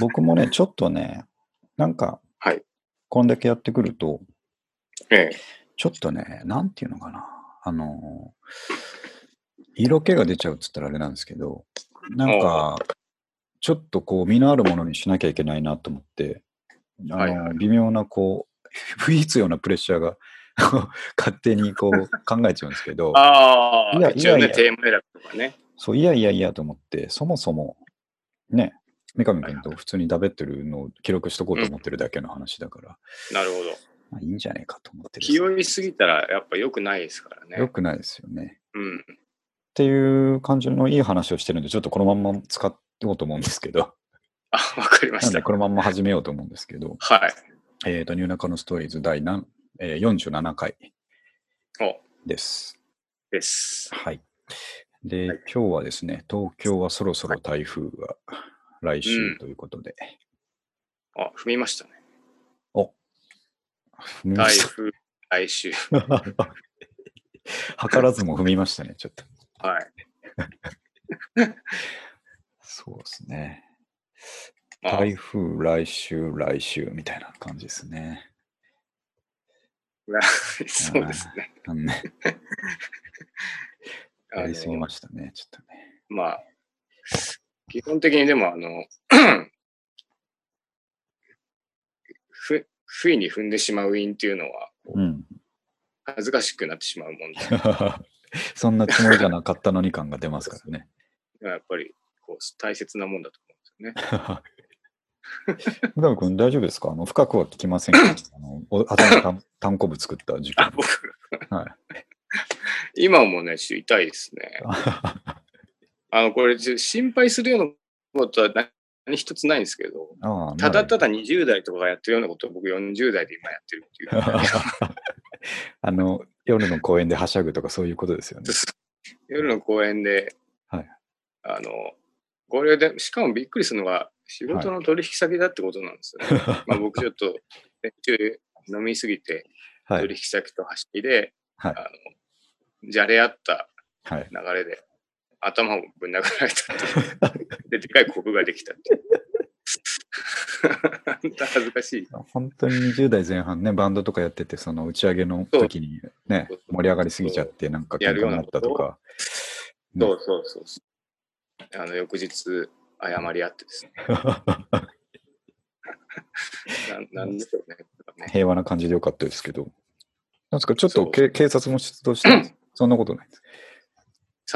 僕もね、ちょっとね、なんか、はいこんだけやってくると、ええ。ちょっとね、なんていうのかな。あの、色気が出ちゃうっつったらあれなんですけど、なんか、ちょっとこう、身のあるものにしなきゃいけないなと思って、あの、はいは微妙なこう、 不必要なプレッシャーが、 勝手にこう、考えちゃうんですけど、あいあ、や一応いやいね、やテーマ選びとかね。そう、いやいやいやと思って、そもそも、ね、三上君と普通にダベってるのを記録しとこうと思ってるだけの話だから、なるほど。まあ、いいんじゃないかと思ってるんですけ気ど。負いすぎたらやっぱ良くないですからよね。くないですよね。うん。っていう感じのいい話をしてるんで、ちょっとこのまんま使おうと思うんですけ ど、あ、わかりまなしんたで。このまんま始めようと思うんですけど、はい。えっ、と、ニューナカのストーリーズ第何、えー47回お、です。です。はい。で、はい今日はですね、東京はそろそろ台風が来う週んということで、あ、踏みましたね。踏みま台した風、来週。図らずも踏みましたね、ちょっと。はい。そうですね。まあ、台風、来週、来週みたいな感じですね。そうですね。あのねあやりすぎのましたね、ちょっとね。まあ、基本的にでも、あの、ふ、不意に踏んでしまう因っていうのはうん。恥ずかしくなってしまうもんで、 そんなつもりじゃなかったのに感が出ますから ね。やっぱりこう大切なもんだと思うんですよね。三上君、大丈夫ですかあの深くは聞きませんけど、あのお頭にたん単行部作った事件あ、。僕、はい、今もね、ちょっと痛いで すね。ああの、これ、ちょ心配するようなことはな何一つないんですけど、あただただ。だ20代とかがやってるようなことを僕40代で今やってるっていう。 あの夜の公園ではしゃぐとかそういうことですよね。 夜の公園で、はいあの、これで、しかもびっくりするのが、仕事の取引先だってことなんですよね。 まあ僕ちょっと、連中飲みすぎて、はい取引先と走りで、はいあの、じゃれ合ったはい、流れで、頭をぶん殴られたっていう。で、でかいコブができたっていう。本当 恥ずかしい。本当に20代前半ね、バンドとかやってて、その打ち上げの時にねそう、盛り上がりすぎちゃって、なんかや喧る嘩ようにななっこたととか、ねそうそうそうそう。あの、翌日、謝り合ってですね。ななんでしょうね。ね平和な感じでよかったですけど、なんですか、ちょっそとうけ警察も出動してます、そんなことないです。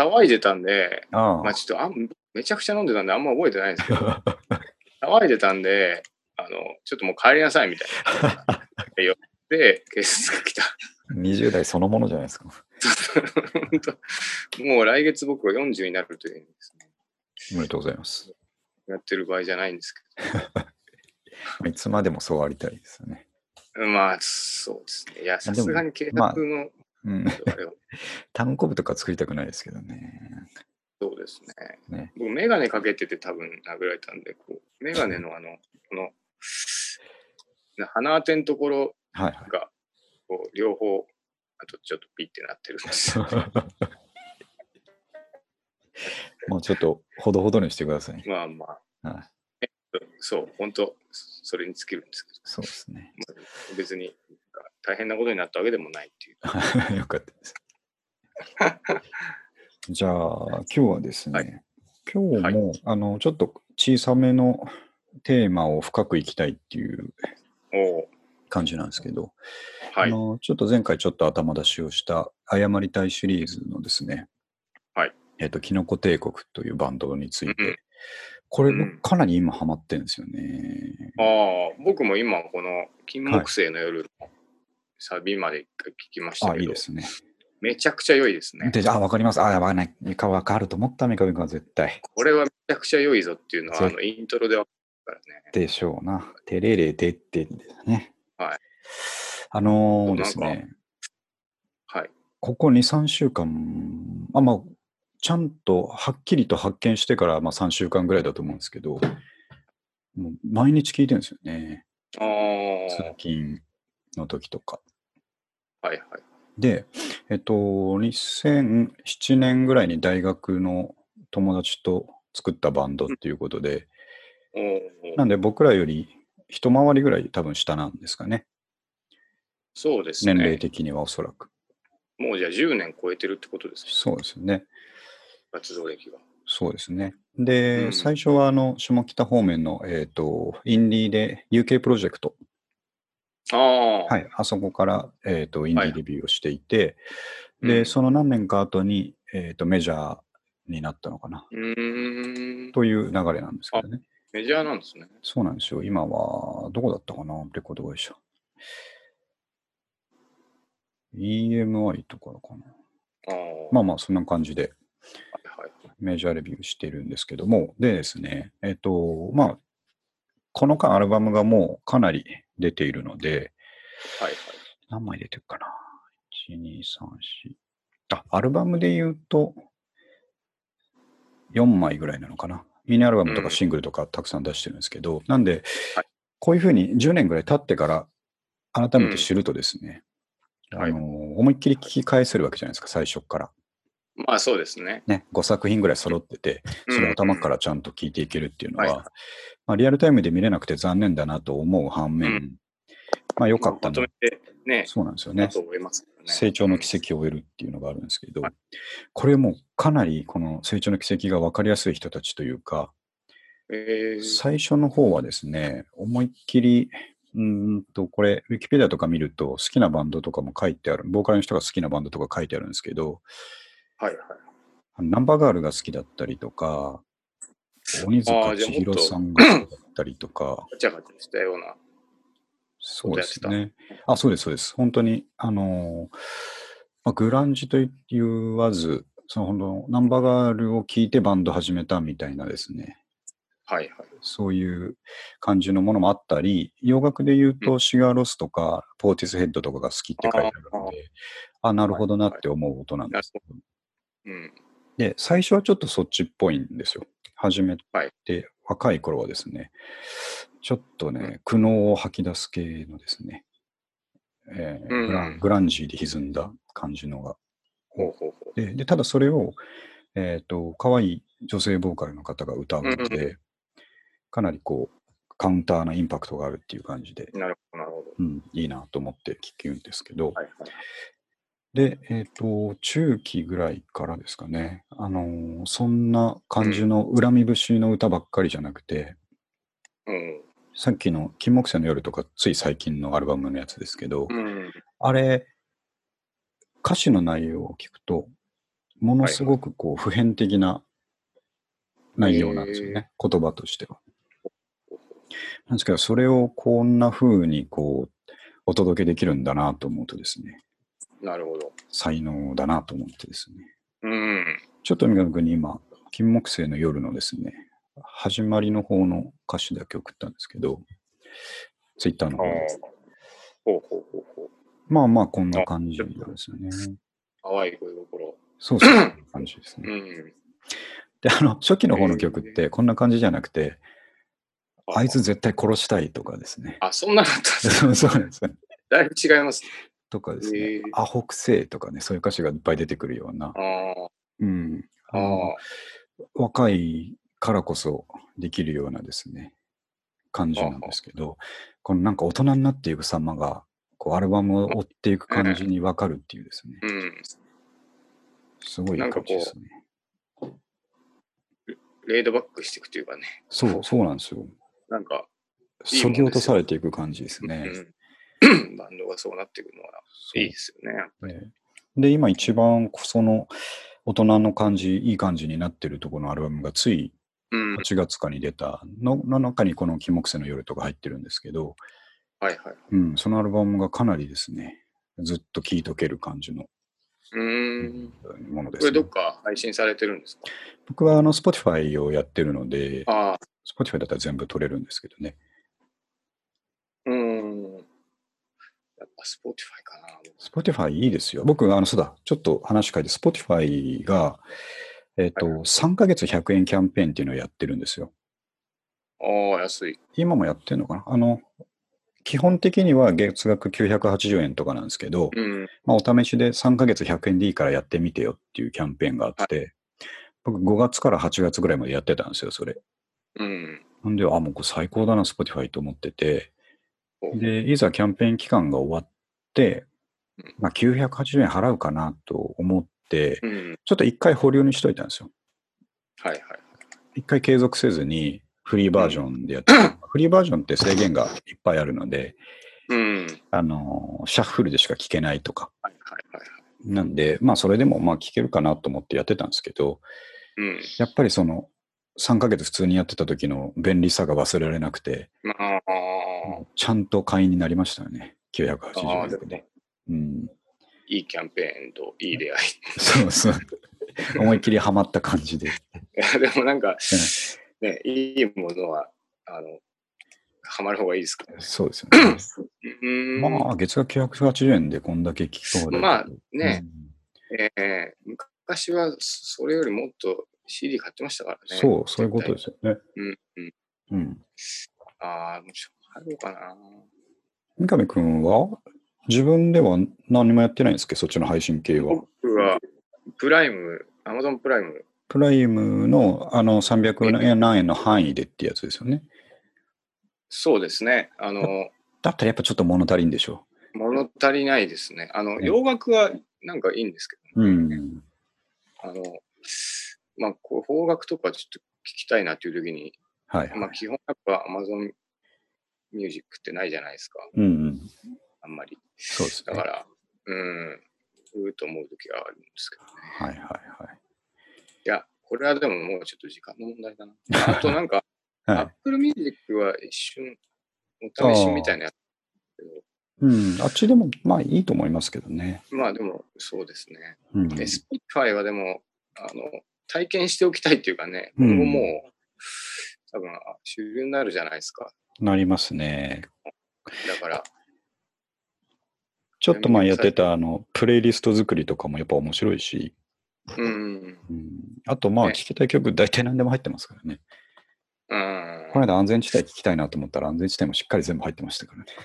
騒いでたんで、あまあちょっとあんめちゃくちゃ飲んでたんであんま覚えてないんですけど、あ、騒いでたんで、あの、ちょっともう帰りなさいみたいな。よって、警察が来た。 20代そのものじゃないですか。本当もう来月僕は40になるというふうにですね、おめでとうございます。やってる場合じゃないんですけいつまでもそうありたいですよね。ど。まあ、そうですね。いや、さすがに警察の、うん、あれは単行部とか作りたくないですけどね。そうです ね。ね僕、メガネかけてて多分殴られたんで、こう、メガネのあの、この、鼻当てのところはい が、こう、両方、あとちょっとピッてなってるんですよ。はい。もうちょっとほどほどにしてください。まあまあ、はい、そう、本当それに尽きるんですけそうですね。ど、別に大変なことになったわけでもないってい う。よかったです。じゃあ、今日はですね、は今日も、あのちょっと小さめのテーマを深くいきたいっていうおお感じなんですけど、はあい。のちょっと前回ちょっと頭出しをした「謝りたい」シリーズのですね、はいえっとキノコ帝国というバンドについて、うんうんこれうんかなり今ハマってるんですよね。ああ、僕も今、この、金木犀の夜のサビまで一回聞きましたあ、けいど、いですね。めちゃくちゃ良いですね。で、あ、わかります。あ、わかんないかわかると思った、三上君は絶対。これはめちゃくちゃ良いぞっていうのは、そうあの、イントロで分かるからね。でしょうな。てれれでってですね。はい。あのーですなんね、はい。ここ2、3週間、あまあ、ちゃんとはっきりと発見してから、まあ、3週間ぐらいだと思うんですけど、もう毎日聞いてるんですよね。あ通あ、勤の時とか。はいはい。で、えっと、2007年ぐらいに大学の友達と作ったバンドっていうことで、おーなんで僕らより一回りぐらい多分下なんですかね。そうですね。年齢的にはおそらく。もうじゃあ10年超えてるってことですね、そうですよね。活動歴は。そうですね。で、うん最初はあの下北方面の、えっとインディーで UK プロジェクト、ああ、はい、あそこから、えっとインディーデビューをしていて、うでんその何年か後に、えっとメジャーになったのかなうーん。という流れなんですけどね。メジャーなんですね。そうなんですよ。今はどこだったかなレコード会社。EMI とかかな。ああ、まあまあそんな感じではいはい。メジャーレビューしてるんですけども、でですね、えっ、と、まあ、この間アルバムがもうかなり出ているので、はいはい。何枚出てるかな ?1、2、3、4。あ、アルバムで言うと、4枚ぐらいなのかな。ミニアルバムとうんかシングルとかたくさん出してるんですけど、なんではい、こういうふうに10年ぐらい経ってから改めて知るとですね、うんあはいの思いっきり聞き返せるわけじゃないですか、最初から。まあそうですね。。ね、5作品ぐらい揃ってて、それを頭かららちゃんと聞いていけるっていうのは、はいまあ、リアルタイムで見れなくて残念だなと思う反面、うんまあ良よかったまなとめてね、そうなんですよだねと。思いますけどね。成長の奇跡を終えるっていうのがあるんですけどはい、これもうかなりこの成長の奇跡が分かりやすい人たちというか、えー、最初の方はですね、思いっきり、うーんと、これ、ウィキペディアとか見ると、好きなバンドとかも書いてある、ボーカルの人が好きなバンドとか書いてあるんですけど、はいはい。ナンバーガールが好きだったりとか、鬼あ塚ーじゃあ千もっと尋さんが好きだったりとか、ガチャガチャしたような。そうですね。あ、そうです、そうです。本当に、あのーまあ、グランジと言わず、その本当ナンバーガールを聞いてバンド始めたみたいなですね、はいはい。そういう感じのものもあったり、洋楽で言うとシガーロスとか、ポーティスヘッドとかが好きって書いてあるので、あ、なるほどなって思う音なんですけど。うん。で、最初はちょっとそっちっぽいんですよ。初めて、はい若い頃はですね、ちょっとうね、苦悩を吐き出す系のですね、えーうんうんグラングランジーで歪んだ感じのが。ほうほうほで、でただそれを、えっ、と、可愛い女性ボーカルの方が歌うのうんで、かなりこう、カウンターなインパクトがあるっていう感じで、う。なるほど、なるほど。うん、いいなと思って聞くんですけど、はいはい。で、えっ、と、中期ぐらいからですかね、あのーそんな感じの恨み節の歌ばっかりじゃなくて、うん。さっきの金木犀の夜とか、つい最近のアルバムのやつですけど、うん。あれ、歌詞の内容を聞くと、ものすごくこう、普遍的な内容なんですよね、言葉としては。なんですけど、それをこんな風にこう、お届けできるんだなと思うとですね、なるほど。才能だなと思ってですね。うん。ちょっと三上君に今、金木犀の夜のですね、始まりの方の歌詞だけ送ったんですけど、ツイッターの方ああで。。ほうほうほうほう。まあまあ、こんな感じなんですよね。淡い恋心。そうそう、こんな感じですうね。ん。で、あの、初期の方の曲って、こんな感じじゃなくて、あいつ。絶対殺したいとかですね。 あ、そんなのあったんですそうそうなんですよね。だいぶ違います。とかですへえね、アホくせえとかね、そういう歌詞がいっぱい出てくるようなあ、ーうん、ああのー。若いからこそできるようなですね、感じなんですけど、このなんか大人になっていく様が、こうアルバムを追っていく感じに分かるっていうですね、うん。すごいなんか感こうじですね。レードバックしていくというかね。そう、そうなんですよ。なんか、いい削もんですよぎ落とされていく感じですね。うん。バンドがそうなっていくのはそういいですよね。ねで、今一番その大人の感じ、いい感じになってるところのアルバムがついうん。はい8月かに出たのの中にこの金木犀の夜とか入ってるんですけど、はい。うん、そのアルバムがかなりですね、ずっと聴いとける感じのうーん。ものでこす、れねどっ。か配信されてるんですか僕はあの Spotify をやってるので、ああ。 Spotify だったら全部取れるんですけどね。うーん。やっぱ Spotify かな。 Spotify いいですよ。僕、あの、そうだ、ちょっと話変えて、Spotify が、えっ、と、はい3ヶ月100円キャンペーンっていうのをやってるんですよ。ああ、安い。今もやってるのかなあの、基本的には月額980円とかなんですけど、うん。まあ、お試しで3ヶ月100円でいいからやってみてよっていうキャンペーンがあって、僕5月から8月ぐらいまでやってたんですよ、それ。うん。なんで、あ、もうこれ最高だな、Spotify と思ってて、おで、いざキャンペーン期間が終わってうん、まあ、980円払うかなと思って、うん。ちょっと一回保留にしといたんですよ。はいはい。一回継続せずに、フリーバージョンでやってた、フリーバージョンって制限がいっぱいあるので、うん。はいあの、シャッフルでしか聞けないとか。はいはい。なんで、まあ、それでも、まあ、聞けるかなと思ってやってたんですけど、うん。やっぱりその、3ヶ月普通にやってた時の便利さが忘れられなくて、まあ、ちゃんと会員になりましたよね。980ああ、円でで。も、うん。いいキャンペーンといい出会い。そうそう。思いっきりハマった感じで。いや、でもなんか、ね、いいものは、あの、はまる方がいいですからね。そうですよね。うん。まあ、月額980円でこんだけ聞きそうだまあね、えー昔はそれよりもっと CD 買ってましたからね。。そう、そういうことですすよね。うんうん、うん。ああ、もうしょうがないのかな。三上くんは自分では何もやってないんですけど、そっちの配信系は。僕は、プライム、アマゾンプライム、プライムのあの300円何円の範囲でってやつですよね。そうですね。あ の、だったらやっぱちょっと物足りんでしょ物足りないですね。あの、ね洋楽はなんかいいんですけう。うん。ど、あの、まあ、こう、邦楽とかちょっと聞きたいなっていう時に、はい。まあ、基本やっぱ Amazon ミュージックってないじゃないですか、うんうん。あんまり。そうですだね。かはいら、うん、うーと思う時があるんですけど。はいはいや、これはでももうちょっと時間の問題だな。あとなん か、い。はい。 Apple Music は一瞬、お試しみたいなやうん。あっちでもまあいいと思いますけどね。つ。まあでも、そうですね。うん。で Spotify はでも、あの、体験しておきたいっていうかね、うん今後もう、多分、主流になるじゃないですか。なりますね。だから、ちょっと前やってたあのプレイリスト作りとかもやっぱ面白いし、うん、うん、あとまあね聴きたい曲大体何でも入ってますからね。うんこ。の間安全地帯聴きたいなと思ったら安全地帯もしっかり全部入ってましたからね。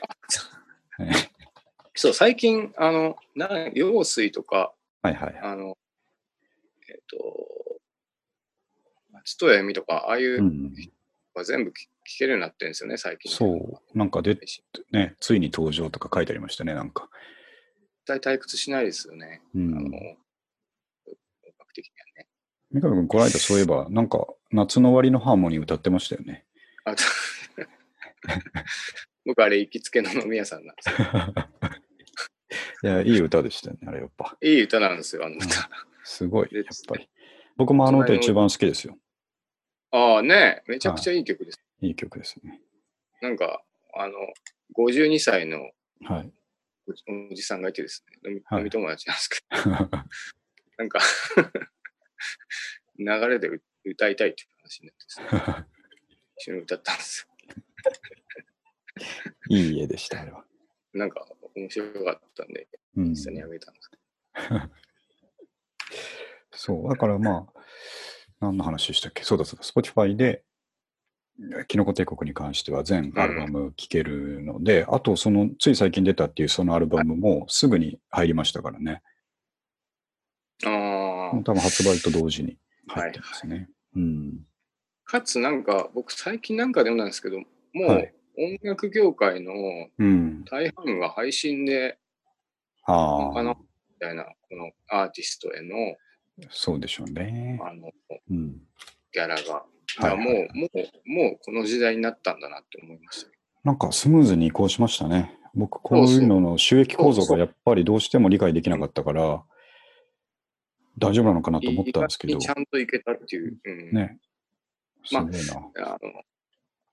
そう、最近、あの、な用水とか、はいはいはい。、あの、えっ、と、松任谷由実とか、ああいううんは全部聞聞けるようになってるんですよね、最近。そう、なんかでね、ついに登場とか書いてありましたね、なんか。絶対退屈しないですよね。うあの、ん音。楽的にはね。三上君、この間そういえば、なんか夏の終わりのハーモニー歌ってましたよね。あと 僕、あれ、行きつけの飲み屋さんなんですよ。いや、いい歌でしたよね、あれやっぱ。いい歌なんですよ、あの歌。すごい、でやっぱり。僕もあの歌一番好きですよ。ああね、めちゃくちゃいい曲です。いい曲ですね。なんか、あの、52歳のはい。おじおじさんがいてですね、飲み,、はい飲み友達なんですけど、なんか流れでう歌いたいっていう話になってですね、一緒に歌ったんですいい家でした、あれは。よ。なんか面白かったんで、うん実際にあげたんですけそう、だからまあ、何の話でしたっけそうだそうだ、Spotify で、キノコ帝国に関しては全アルバム聴けるので、あとその、つい最近出たっていうそのアルバムもすぐに入りましたからね。ど。あもうあ。多分発売と同時に入ってますね。うん。かつなんか、僕最近なんかでもなんですけど、もうはい音楽業界のうん。大半が配信で、あ他あの、、みたいな、このアーティストへの、そうでしょうね。あの、うん。ギャラが。はいいやもう、もう、もうこの時代になったんだなって思いました。なんかスムーズに移行しましたね。僕、こういうのの収益構造がやっぱりどうしても理解できなかったから、大丈夫なのかなと思ったんですけ意ど外に。ちゃんといけたっていう。うんね。すまごあいな。あの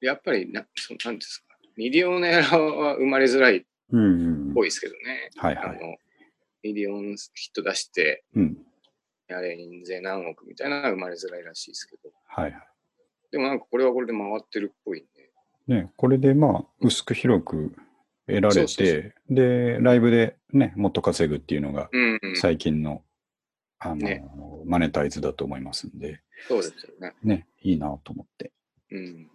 やっぱりな、そのなんていうんですか、ミリオネラは生まれづらいっうんうんうん。ぽいですけどね。はいあはい。のミリオンヒット出して、うん。あれ、印税何億みたいなのは生まれづらいらしいですけど、はいはい。でもなんかこれはこれで回ってるっぽいんで、ね、これでまあ、薄く広く得らそれうそうそて、で、ライブでね、もっと稼ぐっていうのがうん、うん、そう最近の、あの、ねマネタイズだと思いますんで、ですよね。ね、いいなと思って。うん、うん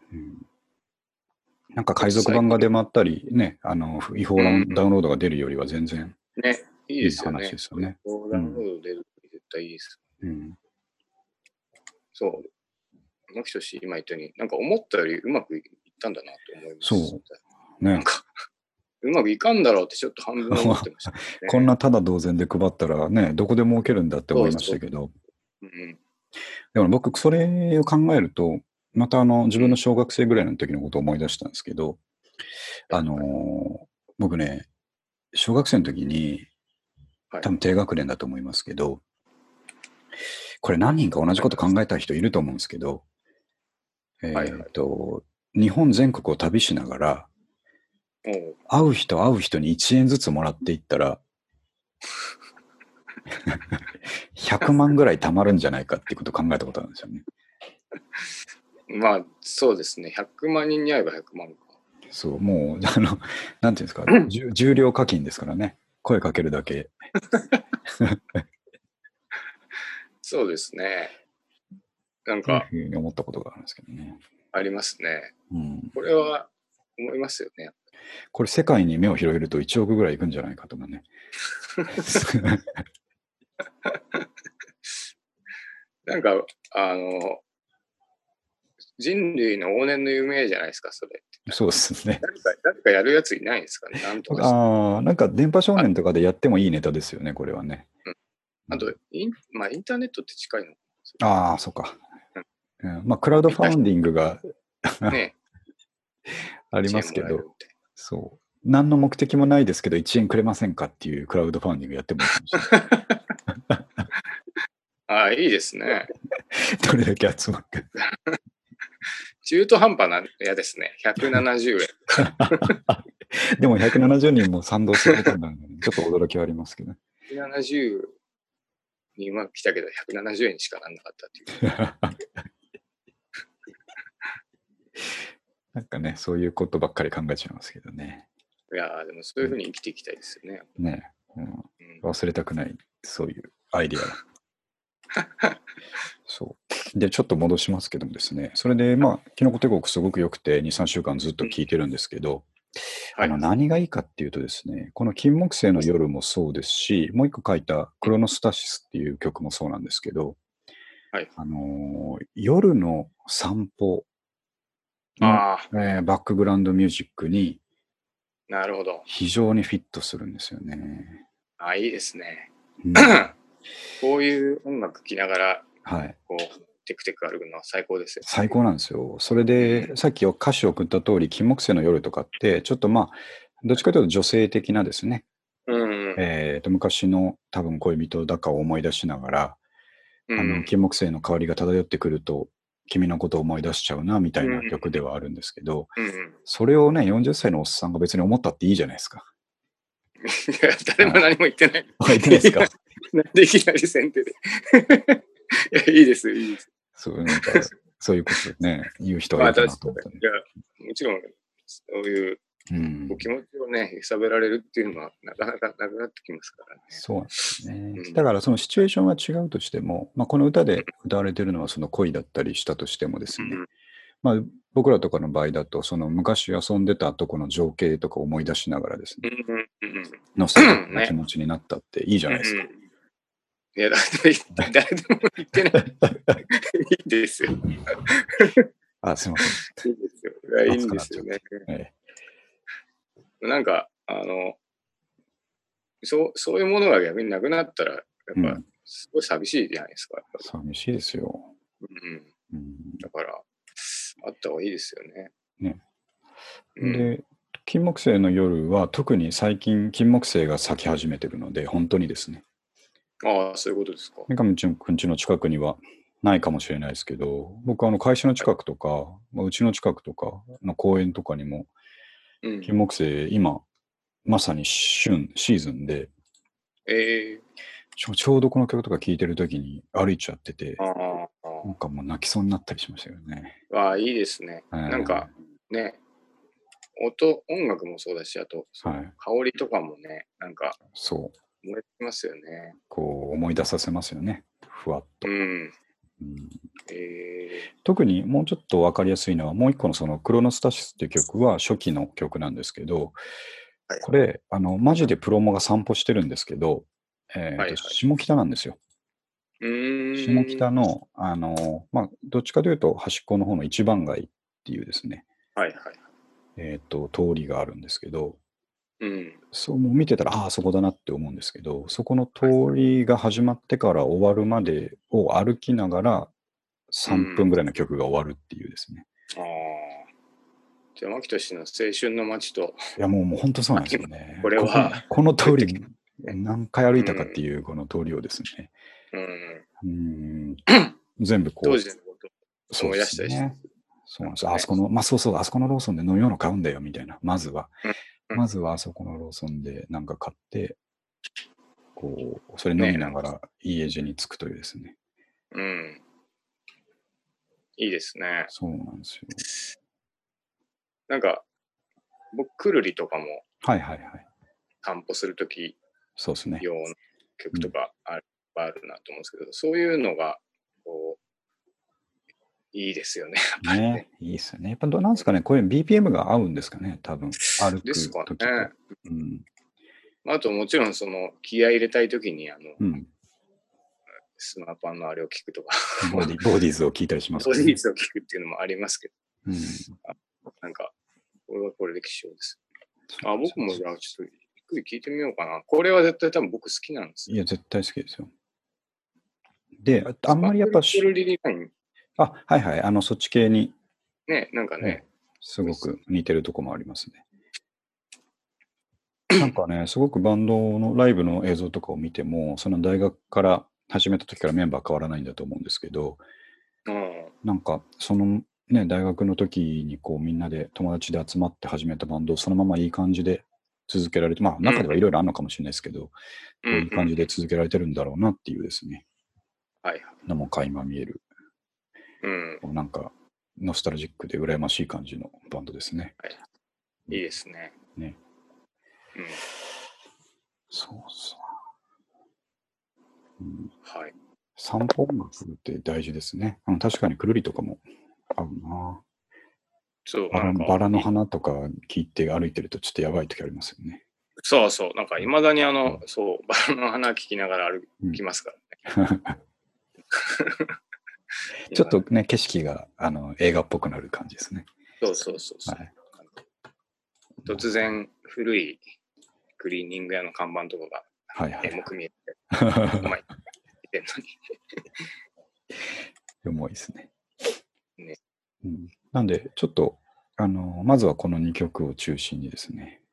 なんか海賊版が出回ったり、ね、あの、違法ダウうんンダウンロードが出るよりは全然、ね、いいですよね。いい話ですよねこうダウンロード出ると絶対いいです。うん、そう。マキトシ、今言ったように、なんか思ったよりうまくいったんだなと思います。そうなね。ん。か、うまくいかんだろうってちょっと半分思ってました、ねこんなただ同然で配ったらね、どこで儲けるんだって思いましたけど、うんでも僕、それを考えると、またあの自分の小学生ぐらいの時のことを思い出したんですけど、あのー僕ね、小学生の時にはい、多分低学年だと思いますけど、これ何人か同じこと考えた人いると思うんですけど、えはいーっと、日本全国を旅しながら、おう会う人会う人に1円ずつもらっていった ら、100万ぐらい貯まるんじゃないかってことを考えたことあるんですよね。まあ、そうですね。100万人に会えば100万か。そう、もう、あの、 なんていうんですか、重重量課金ですからね。声かけるだけ。そうですね。なんというかふうに思ったことがあるんですけどね。ありますね。うん。これは思いますよね。これ世界に目を広げると1億ぐらいいくんじゃないかとかね。なんか、あの、人類の往年の夢じゃないですか、それ。そうですね。誰か、誰かやるやついないんですかね、なんとかして。ああ、なんか電波少年とかでやってもいいネタですよね、これはね。あと、インまあ、インターネットって近いああ、そっか。うん、まあ、クラウドファウンディングがの。ね。ありますけ知恵もらえど、るってそう。何の目的もないですけど、1円くれませんかっていうクラウドファウンディングやってもいいかもしれ ない。ああ、いいですね。どれだけ集まるか。中途半端なやですね。170円。 でも170人も賛同することになるの で、ちょっと驚きはありますけどね。 170にまあ来たけど、170円にしかなんなかったっていう。なんかね、そういうことばっかり考えちゃいますけどね。いやーでもそういうふうに生きていきたいですよね。ね、うんうん、忘れたくない、そういうアイディアが。そう。で、ちょっと戻しますけどもですね、それで、まあ、キノコ帝国すごく良くて、2、3週間ずっと聞いてるんですけど、はあいの。何がいいかっていうとですね、この金木犀の夜もそうですし、もう一個書いたクロノスタシスっていう曲もそうなんですけど、はいあのー夜の散歩の、ああ、えーバックグラウンドミュージックになるほど。非常にフィットするんですよね。ああ、いいですね。 うんこういう音楽聴きながら、はい、こう、テクテク歩くのは最高ですよ。最高なんですよ。それで、さっき歌詞を送った通り、金木犀の夜とかって、ちょっとまあ、どっちかというと女性的なですね、うんうん。えーと昔の多分恋人だかを思い出しながら、うあのん、金木犀の香りが漂ってくると君のことを思い出しちゃうなみたいな曲ではあるんですけど、うんうん。それをね40歳のおっさんが別に思ったっていいじゃないです か。いや、誰も何も言ってない。あ言ってないですかなん でいきなり先手で。いや、いいです、いいです。そうなんかそういうことでね言う人まがいるあ、か確なとか思にったね。いや、もちろん、そういううんお、気持ちをね、揺さぶられるっていうのは、なかなかなくなってきますからね。そうなんですうね。んだからそのシチュエーションは違うとしても、まあ、この歌で歌われてるのはその恋だったりしたとしてもですね、まあ、僕らとかの場合だとその昔遊んでたとこの情景とか思い出しながらですうね、んうんうんうん。ノスタルジックな気持ちになったっていいじゃないですか。うんいや、誰でも誰でも言ってない。 いいですよ。いいあすいません。ですよ。いやいいんですよね。えなんか、あの、そうそういうものが逆になくなったら、やっえうぱん、すごい寂しいじゃないですか。寂しいですよ。ううん、んだから、あった方がいいですよね。ねうん、で、金木犀の夜は特に最近、金木犀が咲き始めてるので、本当にですね、ああ、そういうことですか。三上くんちの近くにはないかもしれないですけど、僕、あの会社の近くとか、まあうちの近くとかの公園とかにも、うん、金木犀、今、まさに旬、シーズンで、えちょちょうどこの曲とか聴いてる時に歩いちゃっててー、、あーなんかもう泣きそうになったりしましたよね。あー、いいですね。うんなんかね、音、音楽もそうだし、あと、はい、香りとかもね、なんかそう、燃えてきますよね。こう思い出させますよね、ふわっとう。ん。うんえ特にもうちょっと分かりやすいのはもう一個のその「クロノスタシス」っていう曲は初期の曲なんですけどはいこれあのマジでプロモが散歩してるんですけど、えーとはいはい下北なんですようーん。下北の、あの、まあ、どっちかというと端っこの方の一番街っていうですね、はいはい。えっ、と、通りがあるんですけど、うん。そう、もう見てたら、ああ、そこだなって思うんですけど、そこの通りが始まってから終わるまでを歩きながら、3分ぐらいの曲が終わるっていうですね。ああ。じゃあ、牧俊の青春の街と、いや、もう、もう本当そうなんですよね。 これはこの、この通り、何回歩いたかっていう、この通りをですね、うん、うーん、全部こう、当時のことそう思いで出しすたりしてね。そうなんですよあそこの、まあそうそう、あそこのローソンで飲み物買うんだよ、みたいな。まずは。うんまずはあそこのローソンでなんか買って、こう、それ飲みながら家路に着くというですね。うん。いいですね。そうなんですよ。なんか、僕、くるりとかもはいはいはい。散歩するときそうですね。用の曲とかある,、あるなと思うんですけど、そういうのが、こう、いいで すよね。ね。いいっすよね。やっぱどうなんですかね。これ BPM が合うんですかね、多分。歩くですかね時と。うん。あと、もちろん、その、気合い入れたいときに、あの、うん。スマパンのあれを聞くとか、ボディボディーズを聞いたりしますボからディねー。ズを聞くっていうのもありますけうん。ど、なんか、これはこれで希少です。あ、僕もじゃあ、ちょっと、ゆっくり聞いてみようかな。これは絶対多分僕好きなんですいよ。や、絶対好きですよ。で、ああんまりやっぱしシ、ルリリライン、あ、はいはい、あの、そっち系にね、なんかね、すごく似てるとこもあります ね。なんかね、すごくバンドのライブの映像とかを見ても、その大学から始めた時からメンバー変わらないんだと思うんですけど、うん、なんかそのね、大学の時にこうみんなで友達で集まって始めたバンドをそのままいい感じで続けられて、まあ中ではいろいろあるのかもしれないですけど、こういい感じで続けられてるんだろうなっていうですね、はいはい。のも垣間見える、うん、こうなんかノスタルジックで羨ましい感じのバンドですね。いいですね。ねうん、そうそう。うん、はい。散歩音楽って大事ですね。うん、確かにくるりとかも合うなそう、バなラ。んか、バラの花とか聞いて歩いてるとちょっとやばい時ありますよね。そうそう、なんか、いまだにあの、そう、バラの花聞きながら歩きますからね。 ちょっとね、景色があの映画っぽくなる感じですね。 そうそうそうそう、はい突然、古いクリーニング屋の看板とかが、はいはえもい。く見えて、 うまい。見てんのに。重いですね。ねうん、なんで、ちょっと、あの、まずはこの2曲を中心にですね、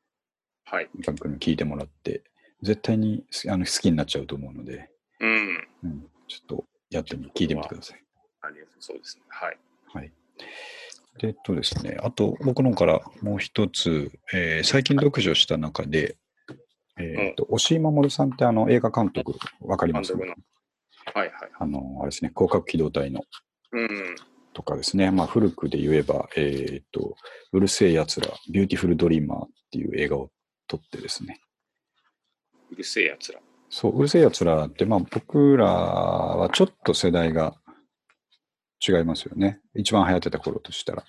はい。ガン君に聞いてもらって、絶対にあの好きになっちゃうと思うので、うん。うん、ちょっとやってみ、聞いてみてください。ありがとう。そうですね。はい。はい。で、えっとですね、あと僕の方からもう一つ、えー最近読書した中で、えーっと、押井守さんってあの映画監督、わかり監ます督の。はいはい。あの、あれですね、広角機動隊のうん。とかですね、まあ、古くで言えば、えーっと、うるせえやつら、ビューティフルドリーマーっていう映画を撮ってですね、うるせえやつら。そう、うるせえやつらって、まあ僕らはちょっと世代が違いますよね。一番流行ってた頃としたら、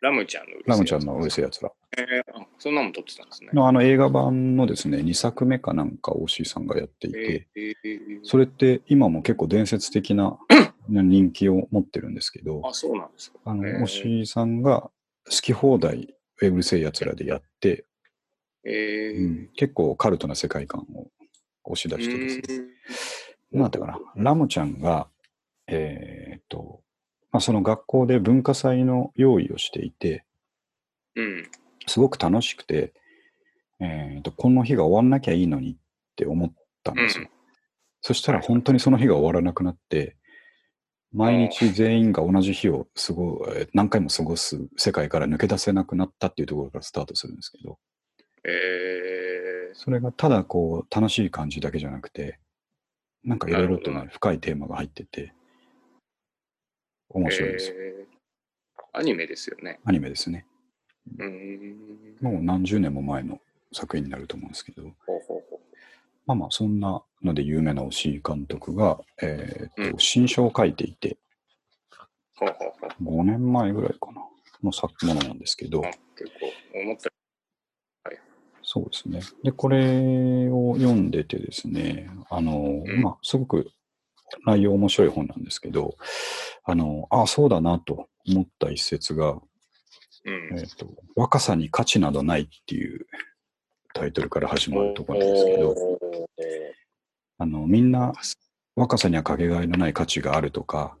ラムちゃんのうるせえラやつらムちゃんのうるせえやつら。えーあそんなのも撮ってたんですね。のあの映画版のですね、2作目かなんか、押井さんがやっていえて、ーえーそれって今も結構伝説的な人気を持ってるんですけど、あ、そうなんですか。あえのー押井さんが好き放題、うるせえやつらでやって、えうーん結構カルトな世界観を押し出してですね、うんなんだったかな、ラムちゃんが、えーっと、まあ、その学校で文化祭の用意をしていて、うん。すごく楽しくて、えーと、この日が終わんなきゃいいのにって思ったんですよ。うんそしたら本当にその日が終わらなくなって、毎日全員が同じ日を過ご、えー何回も過ごす世界から抜け出せなくなったっていうところからスタートするんですけど、えそれがただこう楽しい感じだけじゃなくて、なんかいろいろとなねる深いテーマが入ってて、面ー白いですよ。えーアニメですよね。アニメですね。うーん。もう何十年も前の作品になると思うんですけど、ほうほうほまあまあ、そんなので有名な押井監督が、えーっうと、新書を書いていて、う。ほうほうほう。 5年前ぐらいかな、の作ものなんですけどあ、結構、思ったそうですね。で、これを読んでてですね、あの、うんまあ、すごく内容面白い本なんですけど、あの、ああ、そうだなと思った一節が、うんえ。っ、と、若さに価値などないっていうタイトルから始まるところなんですけど、おーあの、みんな若さにはかけがえのない価値があるとか、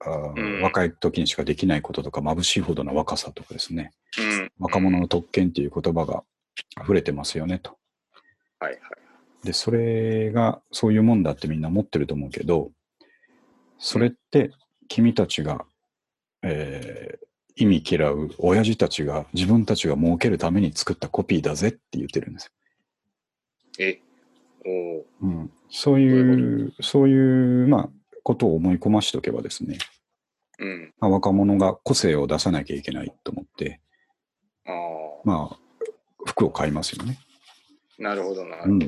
あーうん若い時にしかできないこととか、眩しいほどの若さとかですね、うん、若者の特権っていう言葉が溢れてますよねと。はいはい。で、それがそういうもんだってみんな思ってると思うけど、それって君たちが、えー意味嫌う親父たちが自分たちが儲けるために作ったコピーだぜって言ってるんです。え、おーうん、そういう、そういう、まあ、ことを思い込ましておけばですね、うん。まあ、若者が個性を出さなきゃいけないと思って、ああ、まあ、服を買いますよね。なるほどなるうほん、ど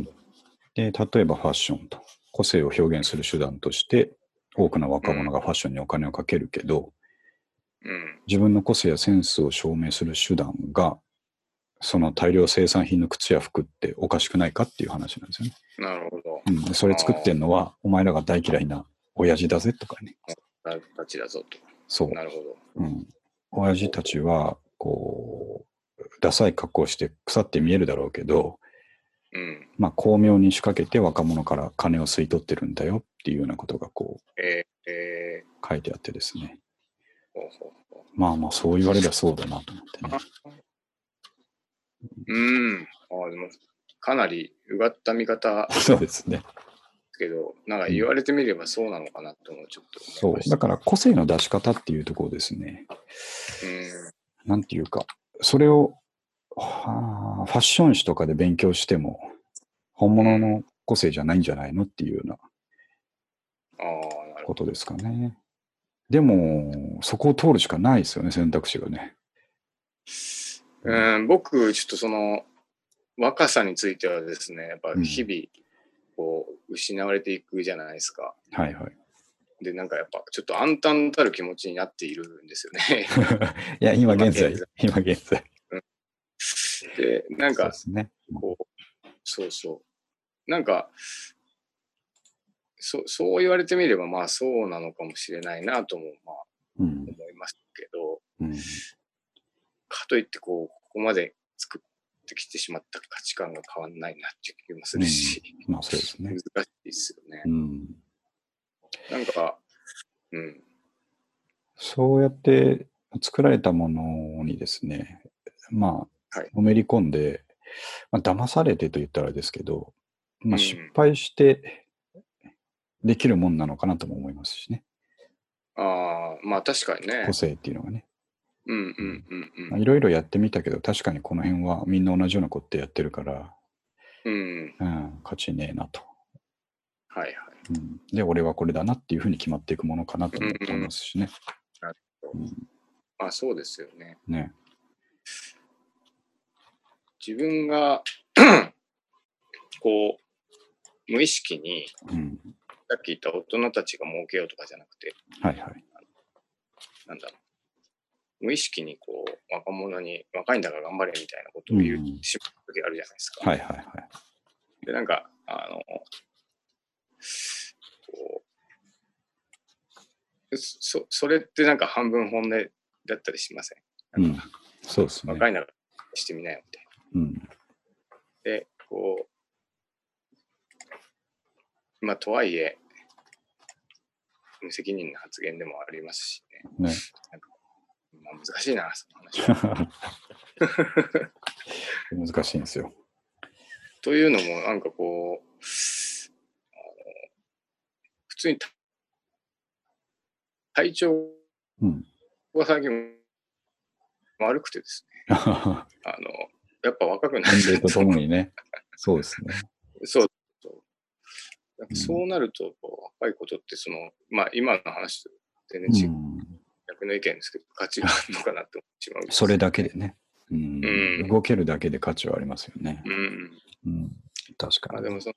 で、例えばファッションと、個性を表現する手段として、多くの若者がファッションにお金をかけるけど、うん。自分の個性やセンスを証明する手段が、その大量生産品の靴や服っておかしくないかっていう話なんですよね。なるほど。うんで、それ作ってんのは、お前らが大嫌いな親父だぜとかね。なたちだぞと。そう。なるほど。うん、親父たちはこうダサい格好をして腐って見えるだろうけど、うん。まあ、巧妙に仕掛けて若者から金を吸い取ってるんだよっていうようなことがこうえー、え書いてあってですねー、ほうほうほまあまあそう言われりゃそうだなと思ってねう。うん。ああ、でも、かなりうがった見方です そうですねけど、なんか言われてみればそうなのかなともちょっとそ思いうましだた。から個性の出し方っていうところですねうん。なんていうかそれをはあファッション誌とかで勉強しても本物の個性じゃないんじゃないのっていうようなああ、なるこほとですかね。でも、そこを通るしかないですよね、選択肢がね。ど。うん、僕、ちょっとその、若さについてはですね、やっぱ日々、こう、失われていくじゃないですか。はいはい。で、なんかやっぱ、ちょっと暗淡たる気持ちになっているんですよね。いや、今現在今現、今現在。で、なんそうかで、すね。こう、そうそう。なんか、そそう言われてみれば、まあそうなのかもしれないなとも、まあうん。思いますけど、うん、かといって、こう、ここまで作ってきてしまった価値観が変わんないなっていう気もするし、まあそうですね難。しいですよねう。ん。なんか、うん、そうやって作られたものにですね、まあ、はいのめり込んで、まあ、騙されてと言ったらあれですけど、まうんあ、失敗してできるもんなのかなとも思いますしね、ああ、まあ確かにね個。性っていうのがね。うんうんうんまあいろいろやってみたけど、確かにこの辺はみんな同じようなことってやってるから、うん。うん、うん、価値ねえなと、はいはい。うん。で、俺はこれだなっていうふうに決まっていくものかなと思ってますしね。まあそうですよね。ね自分が、こう、無意識に、うん、さっき言った大人たちが儲けようとかじゃなくて、はいはい。なんだろう。無意識にこう、若者に、若いんだから頑張れみたいなことを言ううんしまう時あるじゃないですか。はいはいはい。で、なんか、あの、こう、そ、それってなんか半分本音だったりしません。うん、そうですね。若いんだからしてみなよみたいうん、な。で、こう、まあ、とはいえ、無責任な発言でもありますしね。ねまあ、難しいな、その話は。 難しいんですよ。というのも、なんかこう、あの普通に体体調うん、が最近悪くてです ね、あの、やっぱ若くな年齢るとともにね。そうですね。そうそう。なんかそうなると、こう若いことって、その、まあ今の話と全然違うう、ん、逆の意見ですけど、価値があるのかなって思ってしまう。それだけでね、う。うんん動けるだけで価値はありますよねう。ん。うん、確まかあでに。もその、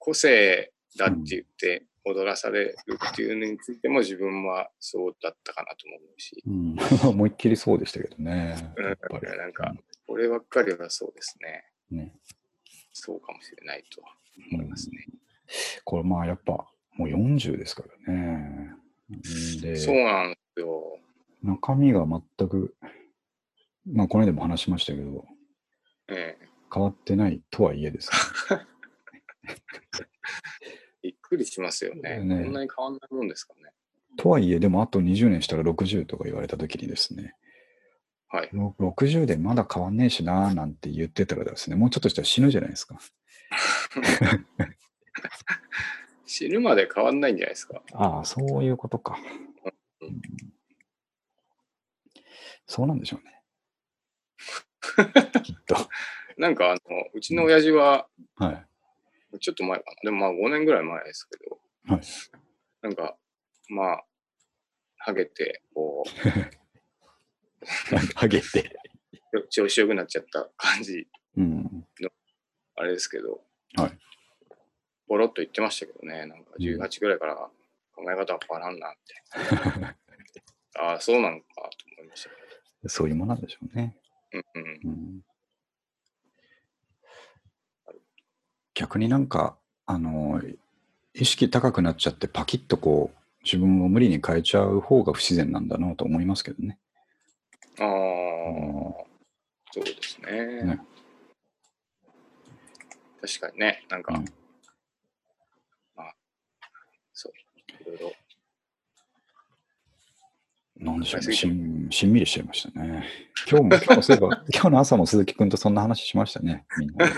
個性だって言って踊らされるっていうのについても自分はそうだったかなとも思うし、うん、 思いっきりそうでしたけどね。うんやっぱりなんか、こればっかりはそうですね。ねそうかもしれないとう思いんますね。これまあやっぱもう40ですからね。でそうなんですよ。中身が全く、まあ、この間も話しましたけど、ええ変わってないとはいえですね。びっくりしますよね。ねこんなに変わんないもんですかね。とはいえ、でもあと20年したら60とか言われたときにですね、はい。ろ60でまだ変わんねえしなーなんて言ってたらですね、もうちょっとしたら死ぬじゃないですか。死ぬまで変わんないんじゃないですか。ああ、そういうことか。うんそうなんでしょうね。きっと。なんか、あの、うちの親父は、はい。 ちょっと前かな。でもまあ5年ぐらい前ですけど、はいなんか、まあ、ハゲて、こう、ハゲて。ちょ調子良くなっちゃった感じ、うん。あれですけど、はい。ボロッと言ってましたけどね、なんか18ぐらいから考え方は変わらんなって。 ああ、そうなのかと思いましたけそういうものなんでしょうね。ど。うんうん。うん、逆になんか、あの、意識高くなっちゃってパキッとこう、自分を無理に変えちゃう方が不自然なんだなと思いますけどね。ああ、そうですね。ね確かにね、なんか、うんまあ、そう、いろいろ、なんでしょうね。しんしんみりしちゃいましたね。 今日も、今日もそういえば、今日の朝も鈴木くんとそんな話しましたね。み んなで。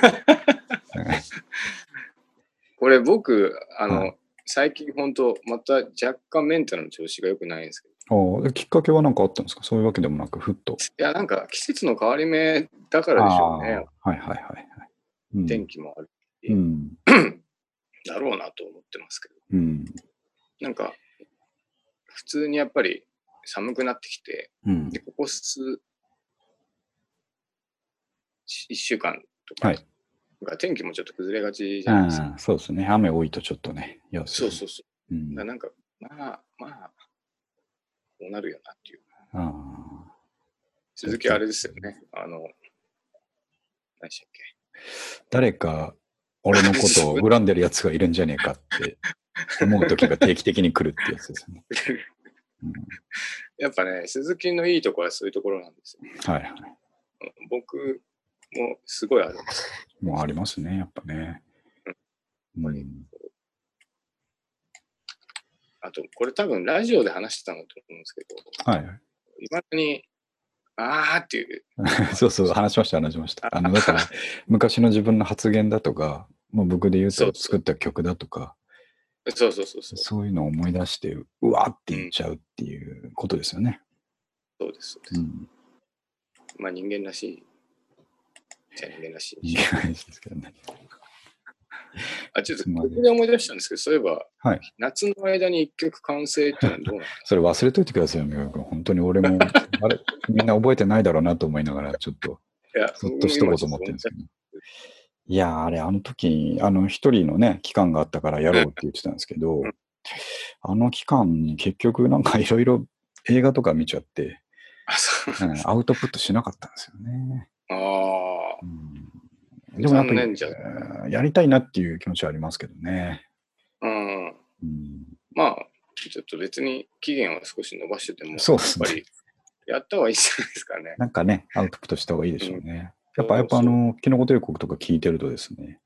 これ僕、あの、は最近本当また若干メンタルの調子が良くないんですけど、おーできっかけは何かあったんですかそういうわけでもなく、ふっと。いや、なんか季節の変わり目だからでしょうね。あーはいはいはいはい。うん天気もあるうん。だろうなと思ってますけど、うん。なんか、普通にやっぱり寒くなってきて、うんで、。ここ数、し一週間とか、はいが天気もちょっと崩れがちじゃないですか。あーそうですね。雨多いとちょっとね。いや。そうそうそううう。んだから、なんか、まあ、まあ、こうなるよなっていう。あ鈴木あれですよね。あの、何でしたっけ。ー誰か、俺 のことを恨んでるやつがいるんじゃねえかって思う時が定期的に来るってやつですね。うんやっぱね、鈴木のいいところはそういうところなんですよ。はいはい。僕もすごいあるんです。もうありますね、やっぱね。うん、あと、これ多分ラジオで話してたのと思うんですけど、はい はい。いまだに、あーっていう、そうそう、話しました、話しました。あの、だから、昔の自分の発言だとか、まあ、僕で言うそうとそう作った曲だとか、そうそうそうそう、そういうのを思い出して、うわーって言っちゃうっていうことですよね。そうです、そうです。うん。まあ人間らしい。じゃあ人間らしいいい。話ですけどね。あ、ちょっとつまこりこで思い出したんですけど、そういえば、はい夏の間に一曲完成っていうのはどうなのそれ忘れといてくださいよ、美く君。本当に俺も、あれ、みんな覚えてないだろうなと思いながら、ちょっと、いや そっと一言思ってるんですけど。いやー、あれ、あの時、あの、一人のね、期間があったからやろうって言ってたんですけどうん、あの期間に結局、なんかいろいろ映画とか見ちゃって、あ、そう。うんアウトプットしなかったんですよね。あうんーでもやっぱ残り念じゃん。えーやりたいなっていう気持ちはありますけどね。うん。うん、まあ、ちょっと別に期限を少し伸ばしてても、そうですやっねぱり、やった方がいいじゃないですかね。なんかね、アウトプットした方がいいでしょうね。うんやっぱ、やっぱあそうそうの、キノコ帝国とか聞いてるとですね、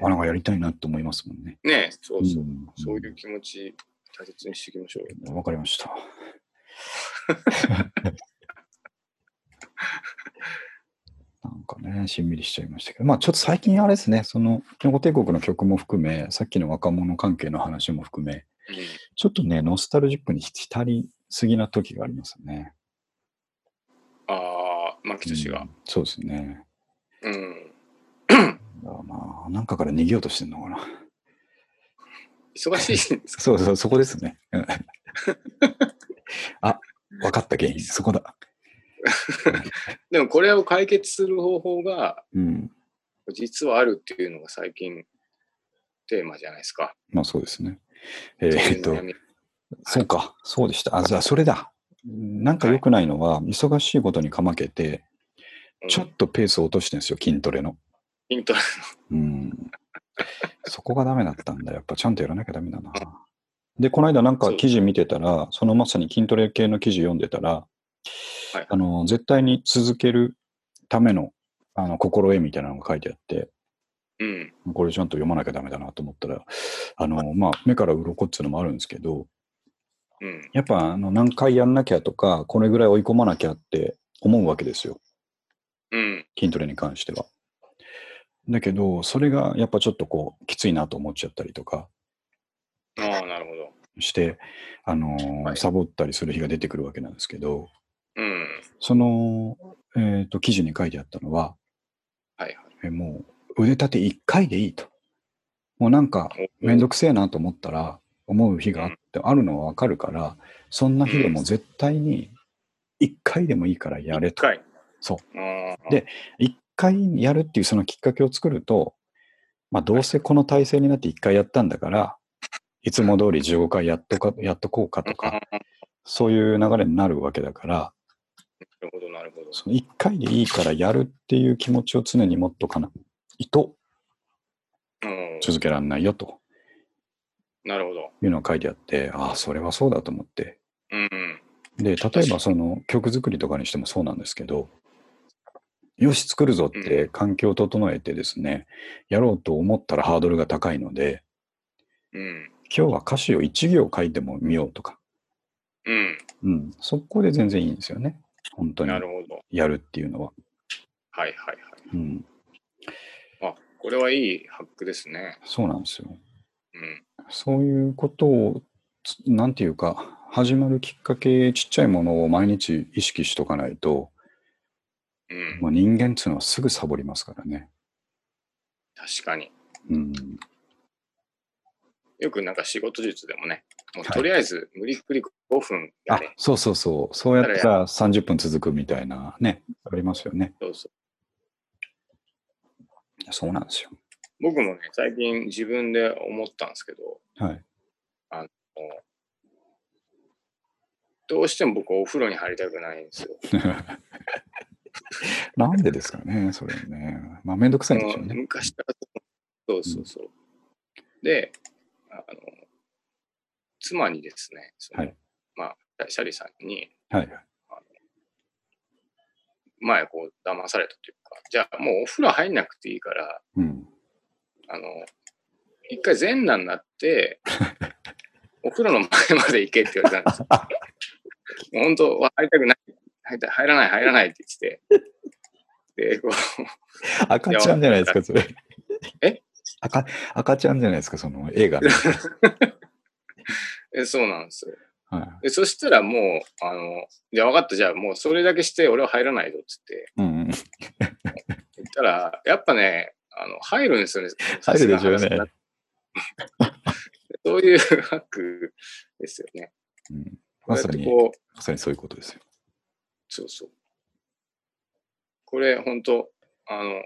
うあ、なんかやりたいなって思いますもんね。ん。ねえそうそう。んそういう気持ち、大切にしていきましょうよ。わかりました。なんかね、しんみりしちゃいましたけど、まあちょっと最近あれですね、その、キノコ帝国の曲も含め、さっきの若者関係の話も含め、ちょっとね、ノスタルジックに浸りすぎな時がありますね。ああー、牧俊うが。んそうですね。うん。だからまあ、なんかから逃げようとしてるのかな。 忙しいんですかそうそう、そこですね。 うんあ、分かった原因、そこだ。でもこれを解決する方法がうん。実はあるっていうのが最近テーマじゃないですか。まあそうですね。えーっとそういう悩、みそうか、そうでした。あ、じゃあそれだ。なんか良くないのは、忙しいことにかまけて、うんちょっとペースを落としてるんですよ、筋トレの。筋トレうん。そこがダメだったんだ。やっぱちゃんとやらなきゃダメだな。で、この間なんか記事見てたら、そのまさに筋トレ系の記事読んでたら、はいあの、絶対に続けるための、あの、心得みたいなのが書いてあって、うん。これちゃんと読まなきゃダメだなと思ったら、あの、まあ、目から鱗っていうのもあるんですけど、うん。やっぱあの何回やんなきゃとか、これぐらい追い込まなきゃって思うわけですよ、うん。筋トレに関しては。だけど、それがやっぱちょっとこう、きついなと思っちゃったりとかああ、なるほど。して、あのーはいサボったりする日が出てくるわけなんですけど、うん。その、えっと記事に書いてあったのは、はいはい。えもう腕立て1回でいいと。もうなんかめんどくせえなと思ったら思う日があってあるのはわかるから、そんな日でも絶対に1回でもいいからやれと。深い。。そうああ。で1回やるっていうそのきっかけを作ると、まあどうせこの体制になって1回やったんだから、いつも通り15回やっとか、やっとこうかとか、ああなそういう流れになるわけだから、るほど、なるほど。その1回でいいからやるっていう気持ちを常に持っとかないとうん。続けられないよとなるほど。いうのが書いてあって、ああ、それはそうだと思って。うん。で、例えばその曲作りとかにしてもそうなんですけど、よし、作るぞって環境を整えてですね、やろうと思ったらハードルが高いので、うん。今日は歌詞を1行書いてもみようとか、うん。うん、そこで全然いいんですよね。本当になるほど。やるっていうのは。はいはいうん、はい。あ、これはいいハックですね。そうなんですよ。うん。そういうことを、つなんていうか、始まるきっかけ、ちっちゃいものを毎日意識しとかないと、うん。もう人間っていうのはすぐサボりますからね。確かに。うん。よくなんか仕事術でもね、もうはいとりあえず無理くり5分やあれ。、そうそうそう。そうやったら30分続くみたいなね、ありますよね。そうそうそうなんですよ。僕もね、最近自分で思ったんですけど、はい。 どうしても僕お風呂に入りたくないんですよ。なんでですかね、それね。まあ、めんどくさいんでしょうもうね。昔からそうそうそうそう、であの妻にですねその、はいまあシャリさんにはい。前こう騙されたというかじゃあもうお風呂入んなくていいからうん。あの一回全裸になって お風呂の前まで行けって言われたんですよもう本当は入りたくない入りた入らない入らないって言っててでこう赤ちゃんじゃないですか、それ。え赤赤ちゃんじゃないですか、その映画の。えそうなんですよはい。でそしたらもう、あの、じゃあ分かった、じゃあもうそれだけして俺は入らないぞって言っうて、んうん。言ったら、やっぱね、あの入るんですよね。入るでしょうねさすが話になって。 そういうハックですよね。うんまさに、こうやってこう、まさにそういうことですよ。そうそう。これ、本当あの、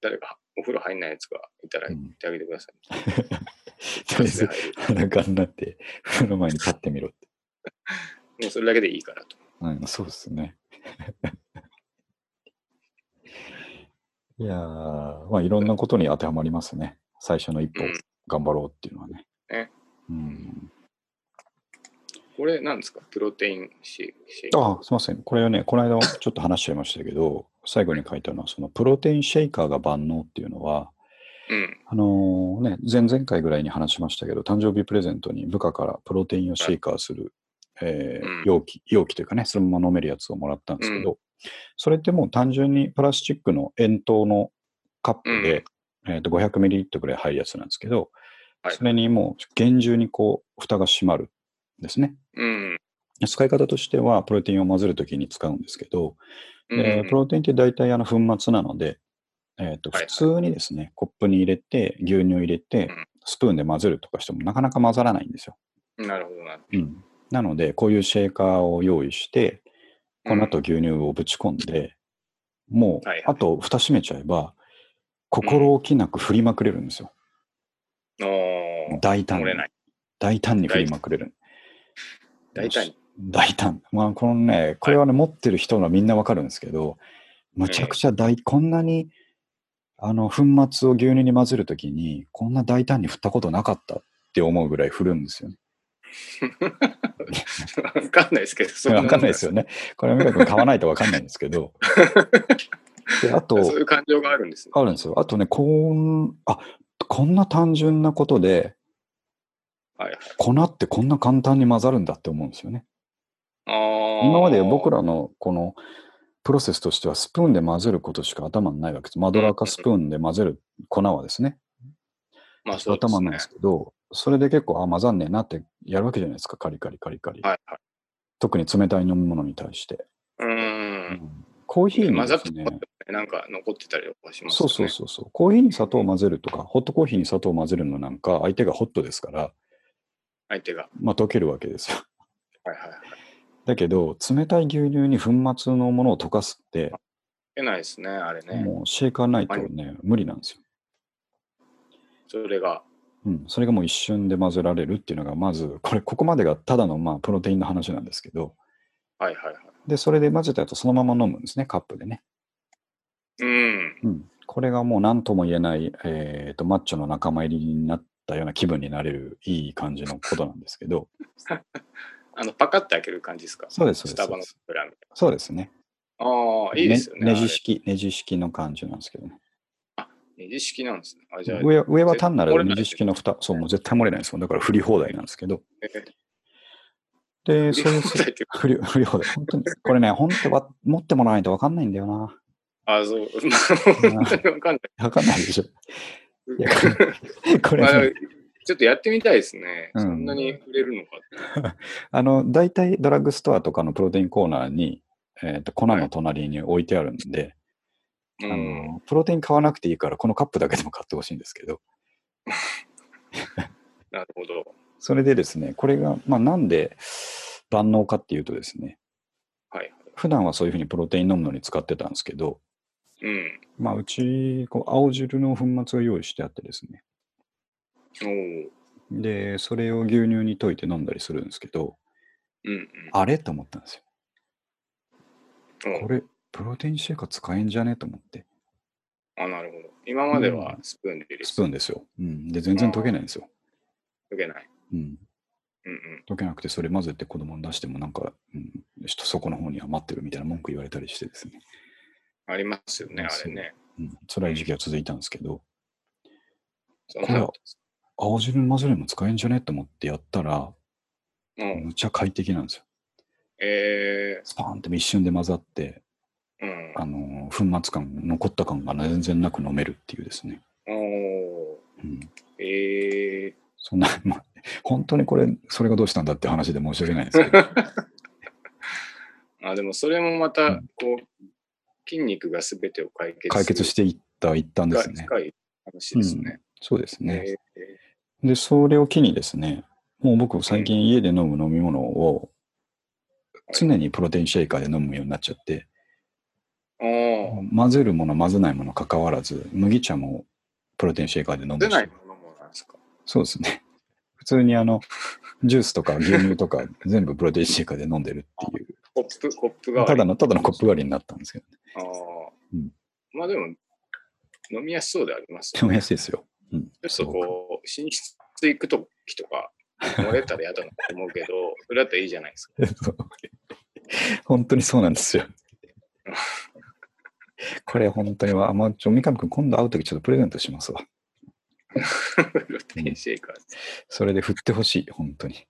誰かお風呂入んないやつがいたらう言んってあげてください。とりあえそれず、で入る裸になって、風呂の前に立ってみろって。もうそれだけでいいからと。うん、そうですね。いやー、まあいろんなことに当てはまりますね。最初の一歩うん、頑張ろうっていうのはね。ねうん、これ、なんですかプロテインシェイク。あすみません。これはね、この間ちょっと話しちゃいましたけど、最後に書いたのは、そのプロテインシェイカーが万能っていうのは、うん。あのね、前々回ぐらいに話しましたけど、誕生日プレゼントに部下からプロテインをシェイカーする、えーうん容器、容器というかね、そのまま飲めるやつをもらったんですけど、それってもう単純にプラスチックの円筒のカップで、えー、と500ミリリットルぐらい入るやつなんですけど、はいそれにもう厳重にこう、蓋が閉まるんですね。うん。使い方としては、プロテインを混ぜるときに使うんですけど、うんえープロテインって大体あの粉末なので、えーとはい普通にですね、コップに入れて、牛乳入れてうん、スプーンで混ぜるとかしてもなかなか混ざらないんですよ。なるほどな。うん、なので、こういうシェーカーを用意して、この後うん牛乳をぶち込んで、もうはいはい、あと蓋閉めちゃえば、心置きなく振りまくれるんですよ。あー 大胆漏にれ。ない。大胆に振りまくれる。大体、大胆。まあ、このね、これはね、持ってる人はみんなわかるんですけど、むちゃくちゃ大、こんなにあの、粉末を牛乳に混ぜるときに、こんな大胆に振ったことなかったって思うぐらい振るんですよね。わかんないですけど、そわかんないですよね。ね。これは美香君買わないとわかんないんですけど。であと、そういう感情があるんですね。あるんですよ。あとね、こん、あ、こんな単純なことで、はいはい。粉ってこんな簡単に混ざるんだって思うんですよね。今今まで僕ら、らのこのプロセスとしてはスプーンで混ぜることしか頭にないわけです。マドラーかスプーンで混ぜる粉はですね、まあ、そうですね頭にないんですけど、それで結構、あ、混ざんねえなってやるわけじゃないですか、カリカリカリカリ。はいはい。特に冷たい飲み物に対して。うーん。コーヒーに混ざでっすてね、なんか残ってたりとかしますそようね。そうそうそう、コーヒーに砂糖を混ぜるとか、ホットコーヒーに砂糖を混ぜるのなんか、相手がホットですから、相手が。まあ、溶けるわけですよ。 はいはいはい。だけど、冷たい牛乳に粉末のものを溶かすって、いけないですね、あれね。もうシェーカーないとね、無理なんですよ。それが。うん、それがもう一瞬で混ぜられるっていうのが、まず、これ、ここまでがただのまあプロテインの話なんですけど、はいはいはい。で、それで混ぜた後、そのまま飲むんですね、カップでね。うん。うん、これがもう何とも言えない、えー、とマッチョの仲間入りになったような気分になれるいい感じのことなんですけど、あの、パカッて開ける感じですかそうですそうですスタバのそプランみたいそうですね。な。ああ、いいですよね。ねあネれジ式、ネジ式の感じなんですけどね。ネジ式なんですね。あじゃあ、上上は単な折るれなネいジ式の蓋、そう、もう絶対漏れないですもん。だから振り放題なんですけど。で、そういう、そういう。振り振り放題。本当に、これね、本当は持ってもらわないと分かんないんだよな。あそう。まあ、本当にわかん分かんないで しょ。いや、これ、こない。 まあ、れでねもちょっとやってみたいですね。うんそんなに触れるのかって。あの、大体ドラッグストアとかのプロテインコーナーに、えー、と粉の隣に置いてあるんで、うあん。のプロテイン買わなくていいからこのカップだけでも買ってほしいんですけどなるほど。それでですねこれが、まあ、なんで万能かっていうとですねはいはい。普段はそういうふうにプロテイン飲むのに使ってたんですけど、うん。まあ、うちこう青汁の粉末が用意してあってですねおーでそれを牛乳に溶いて飲んだりするんですけどうんうん。あれと思ったんですよおこれプロテインシェイカー使えんじゃねと思ってあ、なるほど。今まではスプーンで入れスプーンですよ、うん、で全然溶けないんですよ、受けない。うん、うんうん。溶けなくてそれ混ぜて子供に出してもなんか、うん、ちょっとそこの方に余ってるみたいな文句言われたりしてですね、ありますよね、あそうれね。うん、辛い時期が続いたんですけどそうなんだ青汁に混ぜるのも使えんじゃねと思ってやったらうん。むっちゃ快適なんですよえスパーンって一瞬で混ざって、ー、うん。あのー粉末感残った感が全然なく飲めるっていうですね、おうん、ーえそんな、 まあ、本当にこれそれがどうしたんだって話で申し訳ないんですけどー、あでもそれもまたこう筋肉が全てを解決する解決していった一旦ですね深い話ですね。そうですね、えで、それを機にですね、もう僕最近家で飲む飲み物を常にプロテインシェイカーで飲むようになっちゃって、ー、おー混ぜるもの混ぜないもの関わらず、麦茶もプロテインシェイカーで飲んで出しないものもなんですかそうですね。普通にあの、ジュースとか牛乳とか全部プロテインシェイカーで飲んでるっていう、コップ、コップがただの、ただのコップ代わりになったんですけど、ね、ああ、うんまあでも飲みやすそうでありますでよもね。安いですよ。うん。ちょっとこう、寝室行くときとか、漏れたら嫌だなと思う けど、それだったらいいじゃないですか。そう 本当にそうなんですよ。これ本当には、あまあ、ちょ、三上君今度会うときちょっとプレゼントしますわ。プロテイン シェイカーです。それで振ってほしい、本当に。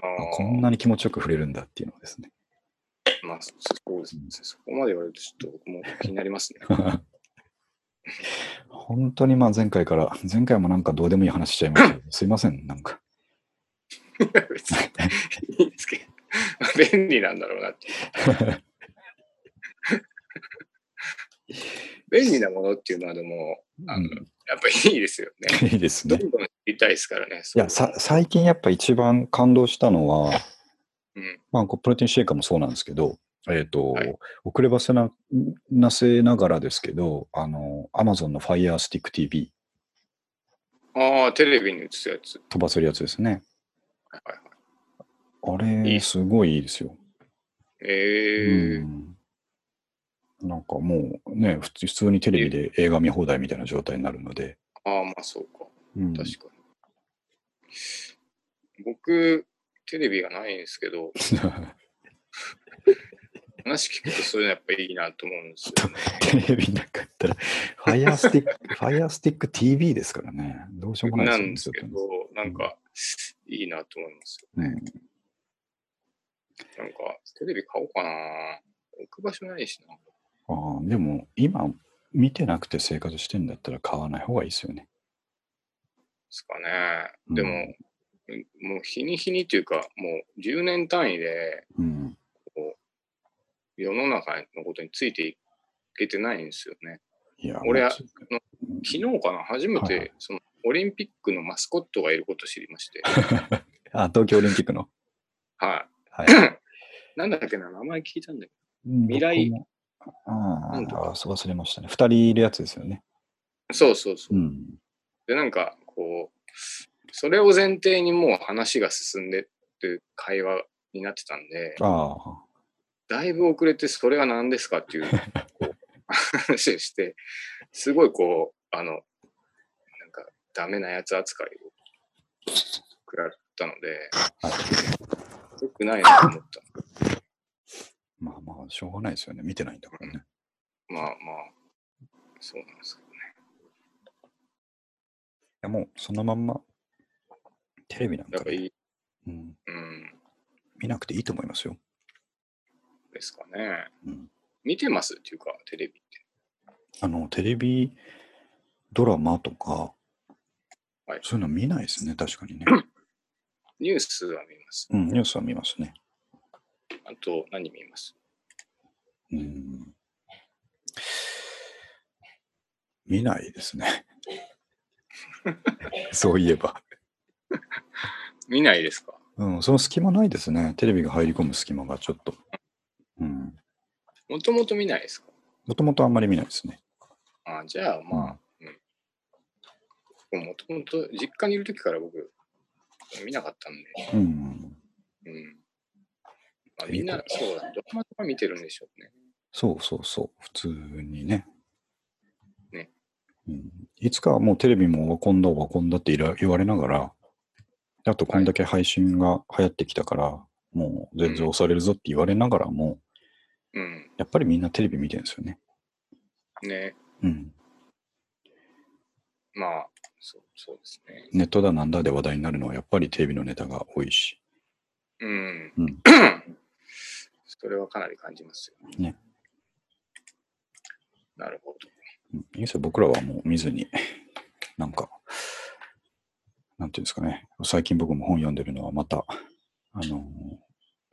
ああーこんなに気持ちよく振れるんだっていうのをですね。 まあ、そうですね。そこまで言われると、ちょっと僕も気になりますね。本当にまあ前回から、前回もなんかどうでもいい話しちゃいましたけど。すいません、なんか。 別にいいんですけど、便利なんだ ろうなって。便利なものっていうのは、でも、あのうやっぱいいですよ ね。んいいですどね。んどん知りたいですからね。いやさ、最近やっぱ一番感動したのは、うん、まあ、こうプロテインシェイカーもそうなんですけど、えっとはい遅ればせななせながらですけど、あの Amazon の Fire Stick TV ああ、テレビに映すやつ。飛ばせるやつですね。はいはいはい、あいれ、いすごいいいですよ。えうーんなんかもうね、普通普通にテレビで映画見放題みたいな状態になるので。ああ、まあそうか。うん、確かに。僕、テレビがないんですけど、話聞くとそういうのやっぱいいなと思うんですよ。 テレビなかったら、ファイアスティック、ファイアスティック TV ですからね。どうしようもなないんでですすよけどね。、なんか、いいなと思いますよ。うんなんか、テレビ買おうかな置く場所ないしな。ああでも、今、見てなくて生活してんだったら買わない方がいいですよね。ですかね。うんでも、もう日に日にというか、もう10年単位でうん。世の中のことについていけてないんですよね。いや、俺はもう昨日かな、初めはいはてそのオリンピックのマスコットがいることを知り まして、あ、東京オリンピックの。ははい。い。なんだっけな、名前聞いたんだけ未来あなんとあ、そう忘れましたね。二人いるやつですよね。ど。そうそうそう。うん。で、なんか、こう、それを前提にもう話が進んでっていう会話になってたんで、あだいぶ遅れて、それは何ですかっていうこう話をして、すごいこう、あの、なんか、ダメなやつ扱いを食らったので、あ、はい。良くないなと思った。まあまあ、しょうがないですよね。見てないんだからね。まあまあ、そうなんですけどね。いや、もうそのまんま、テレビなんやかっぱいい、うん、うん、見なくていいと思いますよ。ですかね。うん、見てますっていうか、テレビって。あの、テレビドラマとか、はいそういうの見ないですね。確かに ね。ニュースは見ます。うん、ニュースは見ますね。あと、何見ますうん。見ないですね。 そういえば。見ないですかうん、その隙間ないですね。テレビが入り込む隙間がちょっと。うん。もともと見ないですかもともとあんまり見ないですね。あじゃあ、まあ、まもともと実家にいる時から僕、見なかったんで。あ。うん。うん。まあ、みんな、そうだ、ドラマとか見てるんでしょうね。そうそうそう。普通にね。ねうん、いつかはもうテレビもオワコンだオワコンだっていら言われながら、あとこんだけ配信が流行ってきたから、もう全然押されるぞって言われながらも、うん。やっぱりみんなテレビ見てるんですよね。ね。うん。まあ、そうそうですね。ネットだなんだで話題になるのはやっぱりテレビのネタが多いし。うん。うん それはかなり感じますよ。ね。なるほど。うんいいですよ、僕らはもう見ずに、 なんか、なんていうんですかね、最近僕も本読んでるのは、また、あのー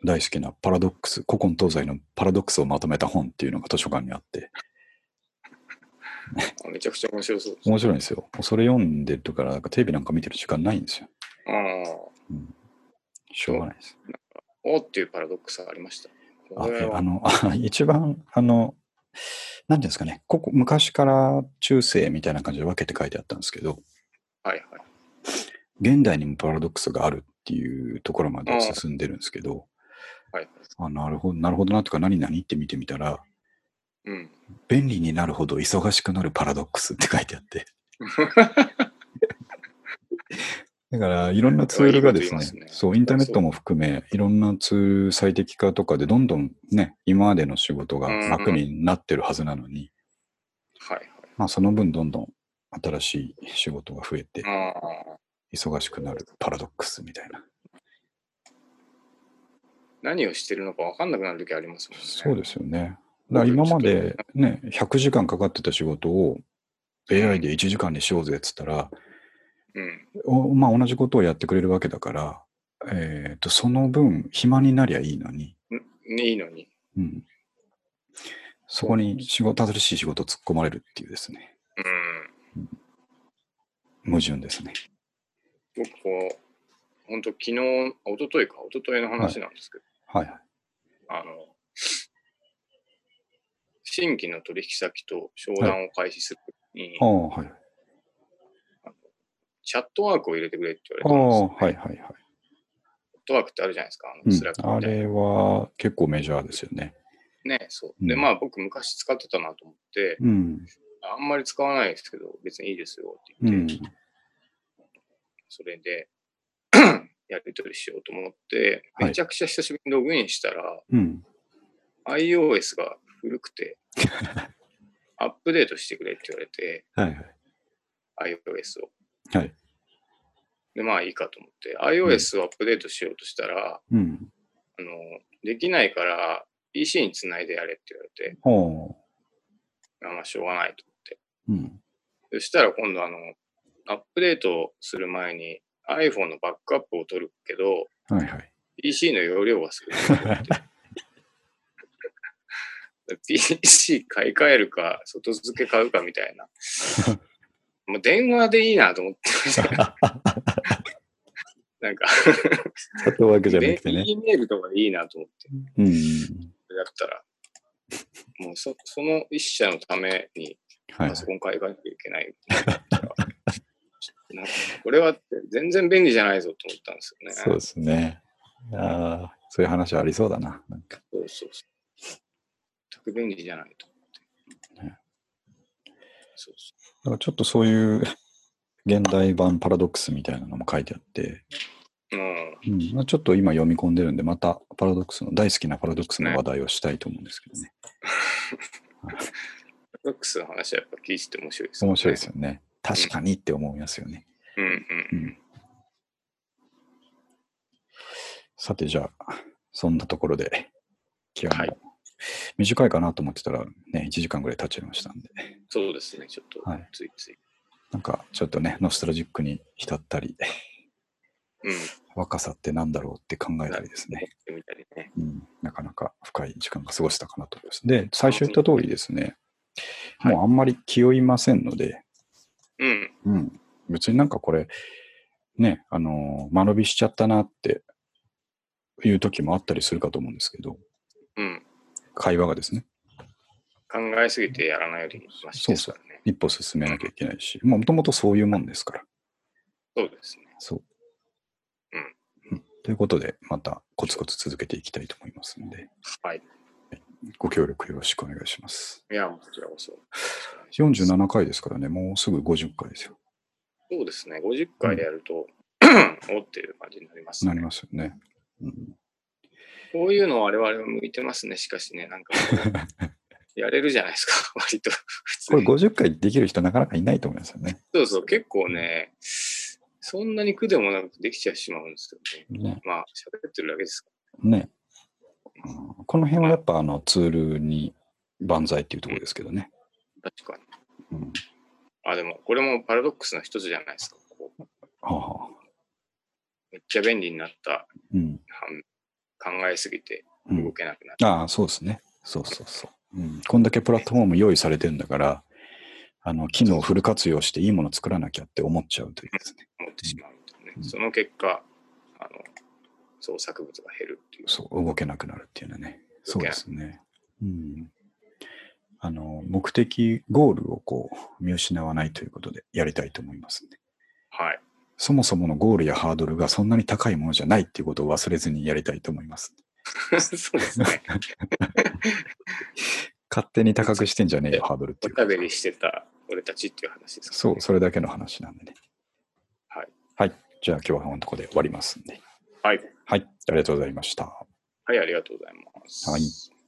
大好きなパラドックス、古今東西のパラドックスをまとめた本っていうのが図書館にあって、あめちゃくちゃ面白そうです。面白いんですよ。もうそれ読んでるから、なんかテレビなんか見てる時間ないんですよ。ああ、しょうがないです。おーっていうパラドックスがありました。あこれえあは、の あ一番、あの、なんていうんですかね、ここ昔から中世みたいな感じで分けて書いてあったんですけど、はいはい。現代にもパラドックスがあるっていうところまで進んでるんですけど、はいはい。あなるほど、なるほどなとか、何々って見てみたら、うん。便利になるほど忙しくなるパラドックスって書いてあ って。だから、いろんなツールがですねいいこと言いますねそう、インターネットも含め、いろんなツール最適化とかで、どんどんね、今までの仕事が楽になってるはずなのに、はいまあ、その分どんどん新しい仕事が増えて、はい。ああ。忙しくなるパラドックスみたいな。何をしてるのか分かんなくなる時ありますもんね。そうですよね。だから今までね、100時間かかってた仕事を AI で1時間にしようぜっつったら、うん。おまあ、同じことをやってくれるわけだから、えー、とその分暇になりゃいいのに、ね、いいのに。うん、そこに仕事新しい仕事を突っ込まれるっていうですねうん。矛盾ですね。僕こう、本当昨日、一昨日か、一昨日の話なんですけど、はいはい。あの、新規の取引先と商談を開始するときに、ああはい。チャットワークを入れてくれって言あわれあたんですよ、はいはいはい。チャットワークってあるじゃないですか、あうんのスラックあみたいな。れは結構メジャーですよね。ね、そうう。で、うんまあ僕昔使ってたなと思って、うん。あんまり使わないですけど、別にいいですよってう言っんて、。それで、 やり取りしようと思って、はいめちゃくちゃ久しぶりにログインしたら、うん。 iOS が古く て、アップデートしてくれって言われて、はいはい。 iOS を。はい。で、まあいいかと思って、iOS をアップデートしようとしたら、うん。あの、できないから、PC につないでやれって言われて、ほあまあしょうがないと思って。う。うん。そしたら今度あの、アップデートする前に iPhone のバックアップを取るけど、はいはい。 PC の容量が少ないって言って。PC 買い替えるか、外付け買うかみたいな。 もう電話でいいなと思ってました。なんか、使ったわけじゃなくてね。 E メールとかでいいなと思って、うん。だったら、もうそその一社のためにはいパ。ソコン買い替えなきゃいけない。なんかこれはって全然便利じゃないぞと思ったんですよね。そうですね。ああ、そういう話ありそうだな。なんかそうそうそう。全く便利じゃないと思って。ねそうそだからちょっとそういう現代版パラドックスみたいなのも書いてあって、う。うん。うんまあ、ちょっと今読み込んでるんで、またパラドックスの、大好きなパラドックスの話題をしたいと思うんですけどね。ロックスの話はやっぱ聞いてて面白いです、面白いですよ。よね。確かにって思いますよね。うんうんうんさて、じゃあ、そんなところで、今日も、はい短いかなと思ってたら、ね、1時間ぐらい経っちゃいましたんで、うん。そうですね。ちょっとはいついつい。なんかちょっとね、ノストラジックに浸ったり、うん。若さってなんだろうって考えたりですね。みたいね。うん、なかなか深い時間が過ごしたかなと思います。で、最初言った通りですね、はいもうあんまり気負いませんので、うん。うん、別になんかこれ、ね、あのー間延びしちゃったなっていう時もあったりするかと思うんですけど、うん。会話がですね、考えすぎてやらないよりマシですからね。一歩進めなきゃいけないし、もともとそういうもんですから。そうですね。そう。うんうん。ということで、またコツコツ続けていきたいと思いますので、はい。ご協力よろしくお願いします。いや、もうこちらこそ。 47回ですからね、もうすぐ50回ですよ。そうですね。50回やると、 おっていう感じになりますなりね。ますよね。うん、こういうの我々は向いてますね。しかしね、なんかこ う、やれるじゃないですか。 割と普通これに。 50回できる人なかなかいないと思いますよね。そうそう、結構ね、そんなに苦でもなくできちゃしまうんですよね。ね。まあ、喋ってるだけですかね。うんこの辺はやっぱあのツールに万歳っていうところですけどね。ら。確かに。うん、あ、でも、これもパラドックスの一つじゃないですか。こうはあはあ。めっちゃ便利になったうん。反考えすぎてう動ん、けなくなる。ああ、そうですね。そうそうそう。うん、こんだけプラットフォーム用意されてるんだから、あの機能をフル活用していいもの作らなきゃって思っちゃうというですね。思ってしまうみたいなねうんその結果、あの、創作物が減るっていう。そう、動けなくなるっていうのはね。そ動うけでなくすね。うん。あの、目的、ゴールをこう、見失わないということでやりたいと思いますね。はい。 そもそものゴールやハードルがそんなに高いものじゃないっていうことを忘れずにやりたいと思います。そうですね。勝手に高くしてんじゃねえよ、ハードルっておいうし。ゃべりしてた俺たちっていう話ですか、そう、それだけの話なんでね。はい。はい。じゃあ今日はこのとこで終わりますんで。はい。はい。ありがとうございました。はい、ありがとうございます。はい